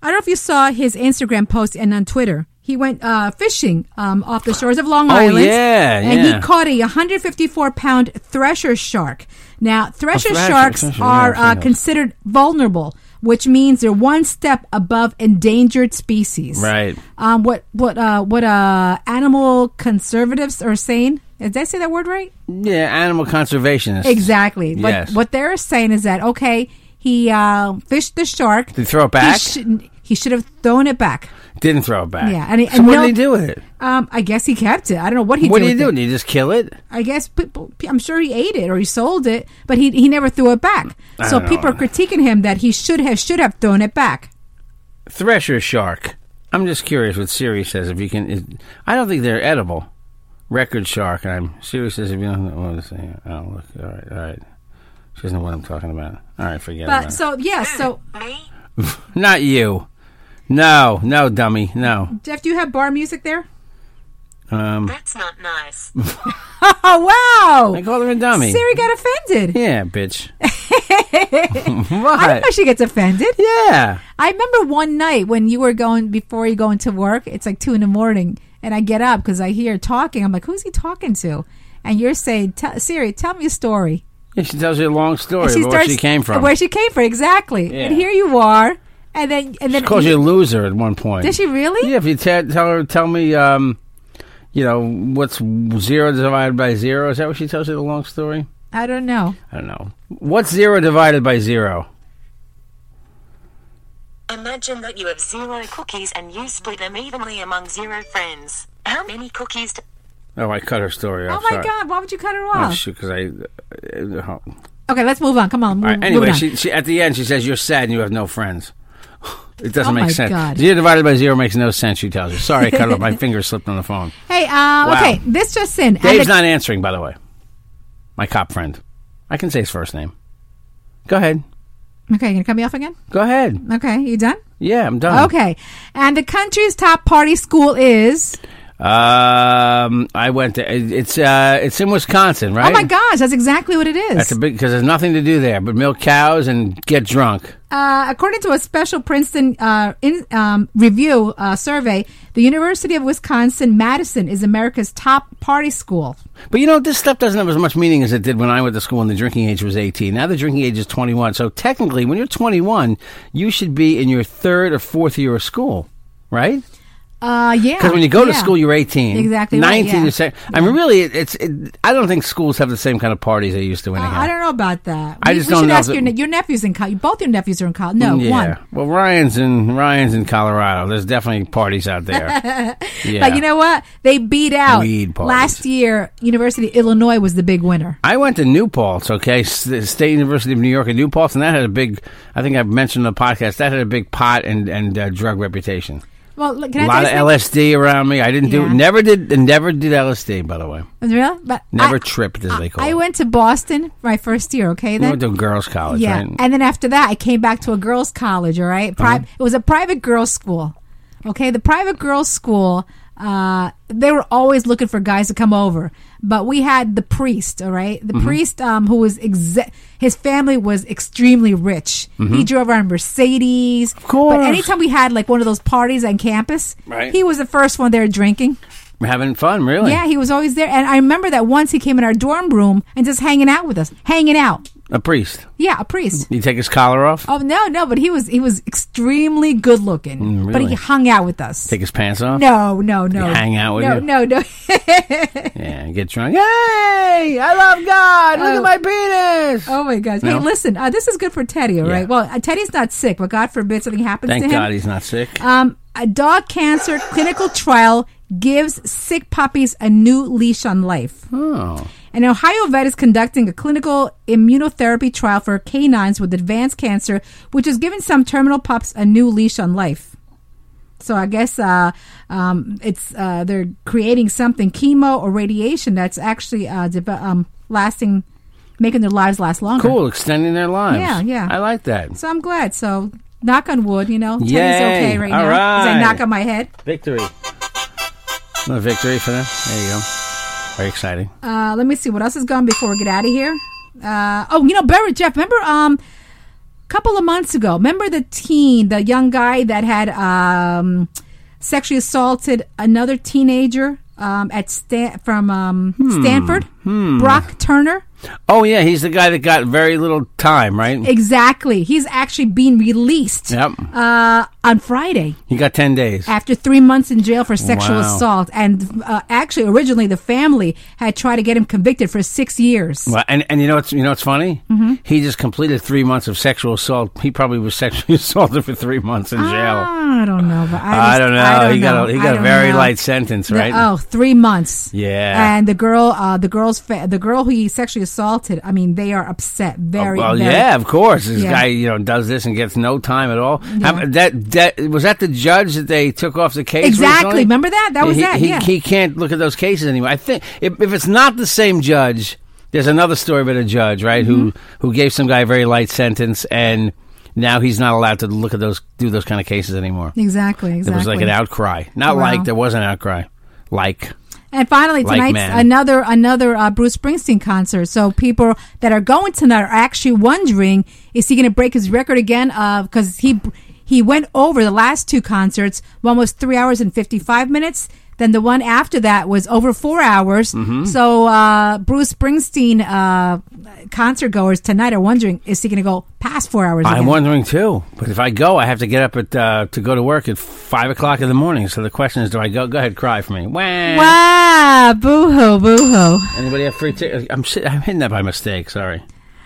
[SPEAKER 3] I don't know if you saw his Instagram post and on Twitter. He went uh, fishing um, off the shores of Long
[SPEAKER 5] Oh,
[SPEAKER 3] Island.
[SPEAKER 5] yeah,
[SPEAKER 3] and
[SPEAKER 5] yeah.
[SPEAKER 3] he caught a 154 pound thresher shark. Now, thresher,
[SPEAKER 5] thresher,
[SPEAKER 3] sharks
[SPEAKER 5] thresher, yeah,
[SPEAKER 3] are
[SPEAKER 5] I've seen
[SPEAKER 3] uh,
[SPEAKER 5] those.
[SPEAKER 3] considered vulnerable, which means they're one step above endangered species.
[SPEAKER 5] Right.
[SPEAKER 3] Um, what what uh, what uh, animal conservatives are saying? Did I say that word right?
[SPEAKER 5] Yeah, animal conservationists.
[SPEAKER 3] Exactly. But
[SPEAKER 5] Yes.
[SPEAKER 3] what they're saying is that okay, he uh, fished the shark.
[SPEAKER 5] Did he throw it back?
[SPEAKER 3] He sh- He should have thrown it back.
[SPEAKER 5] Didn't throw it back.
[SPEAKER 3] Yeah, and he-
[SPEAKER 5] so
[SPEAKER 3] and
[SPEAKER 5] what
[SPEAKER 3] no-
[SPEAKER 5] did he do with it?
[SPEAKER 3] Um, I guess he kept it. I don't know what he
[SPEAKER 5] what
[SPEAKER 3] did.
[SPEAKER 5] did he
[SPEAKER 3] with
[SPEAKER 5] do?
[SPEAKER 3] it.
[SPEAKER 5] Did he just kill it?
[SPEAKER 3] I guess people, I'm sure he ate it or he sold it, but he he never threw it back. So
[SPEAKER 5] don't
[SPEAKER 3] people are
[SPEAKER 5] know.
[SPEAKER 3] critiquing him that he should have should have thrown it back.
[SPEAKER 5] Thresher shark. I'm just curious what Siri says. If you can, is, I don't think they're edible. Record shark. And I'm Siri says if you don't want to say. Oh look. All right. All right. She doesn't know what I'm talking about. All right. Forget about
[SPEAKER 3] But
[SPEAKER 5] it.
[SPEAKER 3] so yeah, so
[SPEAKER 7] Me?
[SPEAKER 5] Not you. No. No, dummy. No.
[SPEAKER 3] Jeff, do you have bar music there?
[SPEAKER 7] That's not nice.
[SPEAKER 3] Oh
[SPEAKER 5] I
[SPEAKER 3] wow!
[SPEAKER 5] called her a dummy.
[SPEAKER 3] Siri got offended. <laughs>
[SPEAKER 5] Yeah, bitch.
[SPEAKER 3] I don't
[SPEAKER 5] what?
[SPEAKER 3] know if she gets offended.
[SPEAKER 5] Yeah.
[SPEAKER 3] I remember one night when you were going before you go into work. It's like two in the morning, and I get up because I hear talking. I'm like, "Who's he talking to?" And you're saying, "Tell- "Siri, tell me a story."
[SPEAKER 5] Yeah, She tells you a long story
[SPEAKER 3] And
[SPEAKER 5] about where she came from.
[SPEAKER 3] Where she came from, exactly.
[SPEAKER 5] Yeah.
[SPEAKER 3] And here you are, and then and then
[SPEAKER 5] She calls you a loser at one point.
[SPEAKER 3] Did she really?
[SPEAKER 5] Yeah, if you te- tell her, tell me, um, you know, what's zero divided by zero? Is that what she tells you the long story?
[SPEAKER 3] I don't know.
[SPEAKER 5] I don't know. What's zero divided by zero?
[SPEAKER 7] Imagine that you have zero cookies and you split them evenly among zero friends. How many cookies do
[SPEAKER 5] Oh, I cut her story
[SPEAKER 3] oh
[SPEAKER 5] off.
[SPEAKER 3] my
[SPEAKER 5] sorry.
[SPEAKER 3] god, why would you cut her
[SPEAKER 5] Oh,
[SPEAKER 3] off?
[SPEAKER 5] shoot, because I. Uh, uh, oh.
[SPEAKER 3] okay, let's move on. Come on.
[SPEAKER 5] All right,
[SPEAKER 3] move-
[SPEAKER 5] anyway,
[SPEAKER 3] moving on.
[SPEAKER 5] she, she, at the end, she says, You're sad and you have no friends. <laughs> It doesn't
[SPEAKER 3] Oh
[SPEAKER 5] make
[SPEAKER 3] my
[SPEAKER 5] sense.
[SPEAKER 3] God.
[SPEAKER 5] Zero divided by zero makes no sense, she tells you. Sorry, I cut her
[SPEAKER 3] <laughs>
[SPEAKER 5] off. My finger slipped on the phone.
[SPEAKER 3] Hey, um, okay, this just in.
[SPEAKER 5] Dave's
[SPEAKER 3] Alex-
[SPEAKER 5] not answering, by the way. My cop friend. I can say his first name. Go ahead.
[SPEAKER 3] okay, you gonna cut me off again?
[SPEAKER 5] Go ahead.
[SPEAKER 3] Okay, you done?
[SPEAKER 5] Yeah, I'm done.
[SPEAKER 3] Okay, and the country's top party school is.
[SPEAKER 5] Um, I went to it- it's uh it's in Wisconsin, right?
[SPEAKER 3] Oh my gosh, that's exactly what it is.
[SPEAKER 5] That's a big because there's nothing to do there but milk cows and get drunk.
[SPEAKER 3] Uh, according to a special Princeton uh, in, um, review uh, survey, the University of Wisconsin Madison is America's top party school.
[SPEAKER 5] But you know, this stuff doesn't have as much meaning as it did when I went to school and the drinking age was 18. Now the drinking age is 21. So technically, when you're 21, you should be in your third or fourth year of school, right?
[SPEAKER 3] Uh, yeah.
[SPEAKER 5] Because when you go to
[SPEAKER 3] yeah.
[SPEAKER 5] school, you're 18.
[SPEAKER 3] Exactly right,
[SPEAKER 5] 19,
[SPEAKER 3] yeah.
[SPEAKER 5] you're sec- I mean, really, it, it's. It, I don't think schools have the same kind of parties they used to
[SPEAKER 3] Uh,
[SPEAKER 5] anyhow.
[SPEAKER 3] I don't know about that.
[SPEAKER 5] I
[SPEAKER 3] We-
[SPEAKER 5] just
[SPEAKER 3] we
[SPEAKER 5] don't
[SPEAKER 3] should
[SPEAKER 5] know
[SPEAKER 3] ask
[SPEAKER 5] if it-
[SPEAKER 3] your, ne- your nephews in college. Both your nephews are in college. No,
[SPEAKER 5] yeah.
[SPEAKER 3] one.
[SPEAKER 5] Well, Ryan's in Ryan's in Colorado. There's definitely parties out there. yeah.
[SPEAKER 3] <laughs> But you know what? They beat out
[SPEAKER 5] Weed parties.
[SPEAKER 3] last year. University of Illinois was the big winner.
[SPEAKER 5] I went to New Paltz, okay, S- the State University of New York in New Paltz, and that had a big. I think I've mentioned on the podcast that had a big pot and and uh, drug reputation.
[SPEAKER 3] Well, look, can
[SPEAKER 5] A
[SPEAKER 3] I
[SPEAKER 5] lot of
[SPEAKER 3] tell you
[SPEAKER 5] LSD around me. I didn't
[SPEAKER 3] Yeah.
[SPEAKER 5] do, never did, and never did LSD. By the way,
[SPEAKER 3] something? Really? But
[SPEAKER 5] never
[SPEAKER 3] I,
[SPEAKER 5] tripped as they call
[SPEAKER 3] I
[SPEAKER 5] it.
[SPEAKER 3] went to Boston my first year. Okay,
[SPEAKER 5] I
[SPEAKER 3] then
[SPEAKER 5] went to girls' college,
[SPEAKER 3] Yeah,
[SPEAKER 5] Oh, right? Uh-huh.
[SPEAKER 3] and then after that, I came back to a girls' college. All right, Pri- it was a private girls' school. Okay, the private girls' school. Uh, they were always looking for guys to come over, but we had the priest. All right,
[SPEAKER 5] Mm-hmm.
[SPEAKER 3] the priest um, who was exe- his family was extremely rich. He drove around Mercedes. Of
[SPEAKER 5] Mm-hmm. course.
[SPEAKER 3] but anytime we had like one of those parties on campus,
[SPEAKER 5] Right.
[SPEAKER 3] he was the first one there drinking.
[SPEAKER 5] Having fun, really.
[SPEAKER 3] Yeah, he was always there, and I remember that once he came in our dorm room and just hanging out with us, hanging out.
[SPEAKER 5] a priest.
[SPEAKER 3] Yeah, a priest.
[SPEAKER 5] You take his collar off,
[SPEAKER 3] Oh no, no, but he was he was extremely good looking. But
[SPEAKER 5] Mm, really?
[SPEAKER 3] he hung out with us.
[SPEAKER 5] take his pants off.
[SPEAKER 3] no, no, no.
[SPEAKER 5] He hang out with
[SPEAKER 3] no,
[SPEAKER 5] you?
[SPEAKER 3] No, no, <laughs>
[SPEAKER 5] Yeah, get drunk. Hey, I love God. Look at my penis.
[SPEAKER 3] Oh my gosh. Hey,
[SPEAKER 5] No?
[SPEAKER 3] listen, uh, this is good for Teddy, all right?
[SPEAKER 5] Yeah.
[SPEAKER 3] Well, uh, Teddy's not sick, but God forbid something happens
[SPEAKER 5] Thank
[SPEAKER 3] to him.
[SPEAKER 5] God he's not sick.
[SPEAKER 3] um, a dog cancer clinical trial gives sick puppies a new leash on life.
[SPEAKER 5] oh.
[SPEAKER 3] An Ohio vet is conducting a clinical immunotherapy trial for canines with advanced cancer, which has given some terminal pups a new leash on life. So I guess uh, um, it's uh, they're creating something chemo or radiation that's actually uh, deve- um, lasting, making their lives last longer.
[SPEAKER 5] Cool, extending their lives.
[SPEAKER 3] Yeah, yeah.
[SPEAKER 5] I like that.
[SPEAKER 3] So I'm glad. So knock on wood, you know, Teddy's
[SPEAKER 5] Yay.
[SPEAKER 3] okay right
[SPEAKER 5] All
[SPEAKER 3] now. As I
[SPEAKER 5] right.
[SPEAKER 3] knock on my head.
[SPEAKER 5] Victory. A victory for them. There you go. Very exciting.
[SPEAKER 3] Uh, let me see what else is gone before we get out of here. Uh, oh, you know, Barry Jeff, remember um, a couple of months ago, remember the teen, the young guy that had um, sexually assaulted another teenager um, at Stan- from um, Stanford, Brock Turner.
[SPEAKER 5] Oh yeah, he's the guy that got very little time, right?
[SPEAKER 3] Exactly. He's actually being released
[SPEAKER 5] Yep.
[SPEAKER 3] uh, on Friday
[SPEAKER 5] He got ten days.
[SPEAKER 3] after three months in jail for sexual
[SPEAKER 5] Wow.
[SPEAKER 3] assault. And uh, actually, originally, the family had tried to get him convicted for six years.
[SPEAKER 5] Well, and and you know what's you know what's funny? Mm-hmm. He just completed three months of sexual assault. He probably was sexually <laughs> assaulted for three months in jail.
[SPEAKER 3] I don't know. But I,
[SPEAKER 5] I
[SPEAKER 3] just-
[SPEAKER 5] don't know.
[SPEAKER 3] I
[SPEAKER 5] he got
[SPEAKER 3] know.
[SPEAKER 5] a, he
[SPEAKER 3] I
[SPEAKER 5] got a
[SPEAKER 3] don't
[SPEAKER 5] very
[SPEAKER 3] know.
[SPEAKER 5] light sentence,
[SPEAKER 3] The-
[SPEAKER 5] right?
[SPEAKER 3] oh, three months.
[SPEAKER 5] Yeah.
[SPEAKER 3] And the girl, uh, the girl's, fa- the girl who he sexually assaulted. I mean, they are upset. Very.
[SPEAKER 5] Oh, well,
[SPEAKER 3] very-
[SPEAKER 5] yeah, of course. This
[SPEAKER 3] Yeah.
[SPEAKER 5] guy, you know, does this and gets no time at all. How- that that was that the judge that they took off the case.
[SPEAKER 3] Exactly.
[SPEAKER 5] recently?
[SPEAKER 3] Remember that? That was
[SPEAKER 5] he,
[SPEAKER 3] that,
[SPEAKER 5] He,
[SPEAKER 3] yeah.
[SPEAKER 5] he can't look at those cases anymore. I think if, if it's not the same judge, there's another story about a judge, right?
[SPEAKER 3] Mm-hmm.
[SPEAKER 5] Who who gave some guy a very light sentence and. Now he's not allowed to look at those, do those kind of cases anymore.
[SPEAKER 3] Exactly. Exactly.
[SPEAKER 5] There was like an outcry, not
[SPEAKER 3] Wow.
[SPEAKER 5] like there was an outcry, like
[SPEAKER 3] And finally,
[SPEAKER 5] Like
[SPEAKER 3] tonight's
[SPEAKER 5] man.
[SPEAKER 3] another another uh, Bruce Springsteen concert. So people that are going tonight are actually wondering: Is he going to break his record again? Because he he went over the last two concerts. One was three hours and fifty five minutes. Then the one after that was over four hours. So uh, Bruce Springsteen uh, concert goers tonight are wondering: Is he going to go past four hours?
[SPEAKER 5] I'm
[SPEAKER 3] again?
[SPEAKER 5] wondering too. But if I go, I have to get up at uh, to go to work at five o'clock in the morning. So the question is, do I go? Go ahead, cry for me. Wah.
[SPEAKER 3] Wow! Boo hoo! Boo hoo!
[SPEAKER 5] Anybody have free tickets? I'm si- I'm hitting that by mistake. Sorry.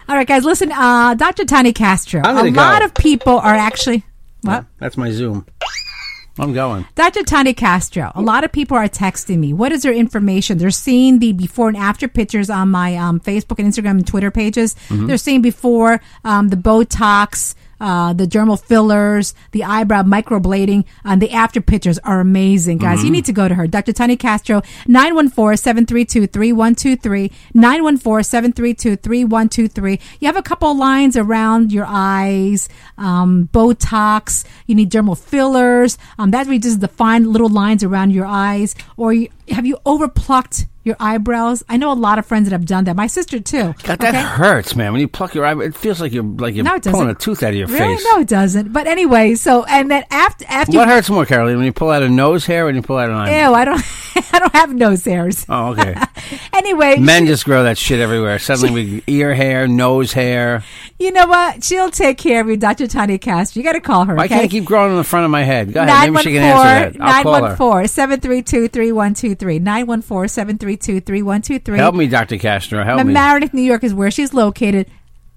[SPEAKER 3] All right, guys, listen. Uh, Dr. Tani Castro.
[SPEAKER 5] I'm
[SPEAKER 3] a
[SPEAKER 5] gonna go.
[SPEAKER 3] lot of people are actually. What?
[SPEAKER 5] That's my Zoom. I'm going.
[SPEAKER 3] Dr. Tani Castro, a lot of people are texting me. What is their information? They're seeing the before and after pictures on my um, Facebook and Instagram and Twitter pages.
[SPEAKER 5] Mm-hmm.
[SPEAKER 3] They're seeing before um, the Botox, uh, the dermal fillers, the eyebrow microblading, and the after pictures are amazing, guys.
[SPEAKER 5] Mm-hmm.
[SPEAKER 3] You need to go to her. Dr. Tani Castro, 914 732 3123, 914 732 3123. You have a couple lines around your eyes, um, Botox, you need dermal fillers. Um, that reduces the fine little lines around your eyes. Or you, have you overplucked your eyebrows? I know a lot of friends that have done that. My sister too.
[SPEAKER 5] God, that <laughs> hurts, man. When you pluck your eyebrow, it feels like you're like you're
[SPEAKER 3] No, it
[SPEAKER 5] pulling
[SPEAKER 3] doesn't.
[SPEAKER 5] a tooth out of your
[SPEAKER 3] Really?
[SPEAKER 5] face.
[SPEAKER 3] No, it doesn't. But anyway, so and then after after
[SPEAKER 5] What hurts more, Caroline, when you pull out a nose hair or when you pull out an
[SPEAKER 3] ew,
[SPEAKER 5] eye?
[SPEAKER 3] I don't <laughs> I don't have nose hairs.
[SPEAKER 5] Oh, okay.
[SPEAKER 3] <laughs> Anyway,
[SPEAKER 5] Men just grow that shit
[SPEAKER 3] <laughs>
[SPEAKER 5] everywhere. Suddenly, we ear hair, nose hair.
[SPEAKER 3] you know what? She'll take care of you, Dr. Tanya Castro. You got to call her.
[SPEAKER 5] Why
[SPEAKER 3] okay?
[SPEAKER 5] can't it keep growing on the front of my head? Go ahead. Maybe she can answer that. I'll call her.
[SPEAKER 3] 732 3123 914 732 3123.
[SPEAKER 5] Help me, Dr. Castro. Help me.
[SPEAKER 3] Meredith, New York is where she's located,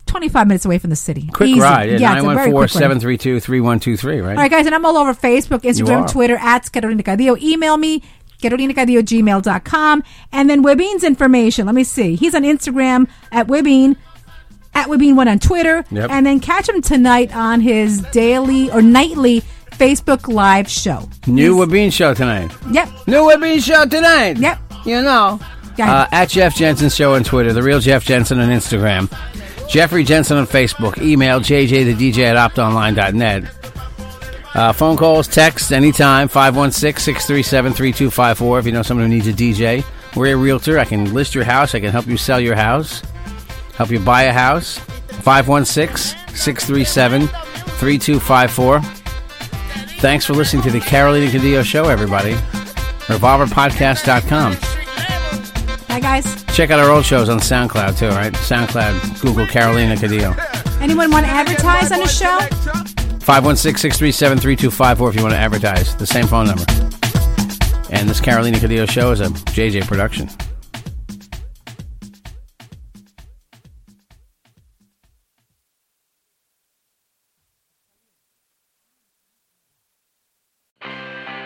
[SPEAKER 3] 25 minutes away from the city.
[SPEAKER 5] Quick
[SPEAKER 3] Easy.
[SPEAKER 5] ride.
[SPEAKER 3] Yeah, it's a very quick ride.
[SPEAKER 5] 732 3123, right?
[SPEAKER 3] All right, guys, and I'm all over Facebook,
[SPEAKER 5] are.
[SPEAKER 3] Instagram, Twitter, at Carolina Cadillo. Email me, carolinacadillo@gmail.com, And then Webin's information. Let me see. He's on Instagram at Webin, at Webin1 on Twitter.
[SPEAKER 5] Yep.
[SPEAKER 3] And then catch him tonight on his daily or nightly Facebook Live show.
[SPEAKER 5] New Uh, Wabine Show tonight.
[SPEAKER 3] Yep.
[SPEAKER 5] New Wabine Show tonight.
[SPEAKER 3] Yep.
[SPEAKER 5] You know.
[SPEAKER 3] Go ahead.
[SPEAKER 5] Uh, at Jeff Jensen Show on Twitter, The Real Jeff Jensen on Instagram, Jeffrey Jensen on Facebook, email JJ the DJ at optonline.net. Uh, phone calls, texts, anytime, 516 637 3254. If you know someone who needs a DJ, we're a realtor. I can list your house, I can help you sell your house, help you buy a house. 516 637 3254. Thanks for listening to the Carolina Cadillo Show, everybody. RevolverPodcast.com.
[SPEAKER 3] Hi, guys.
[SPEAKER 5] Check out our old shows on SoundCloud, too, right? SoundCloud, Google Carolina Cadillo.
[SPEAKER 3] Anyone want to advertise on the show?
[SPEAKER 5] 516 637 3254 if you want to advertise. The same phone number. And this Carolina Cadillo Show is a JJ production.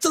[SPEAKER 8] The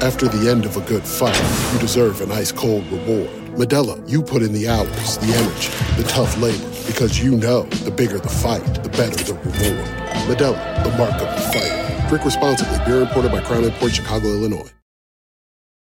[SPEAKER 1] After the end of a good fight, you deserve an ice cold reward. Medella, you put in the hours, the energy, the tough labor, because you know the bigger the fight, the better the reward. Medella, the mark of the fighter. Drink responsibly. Beer imported by Crown Port Chicago, Illinois.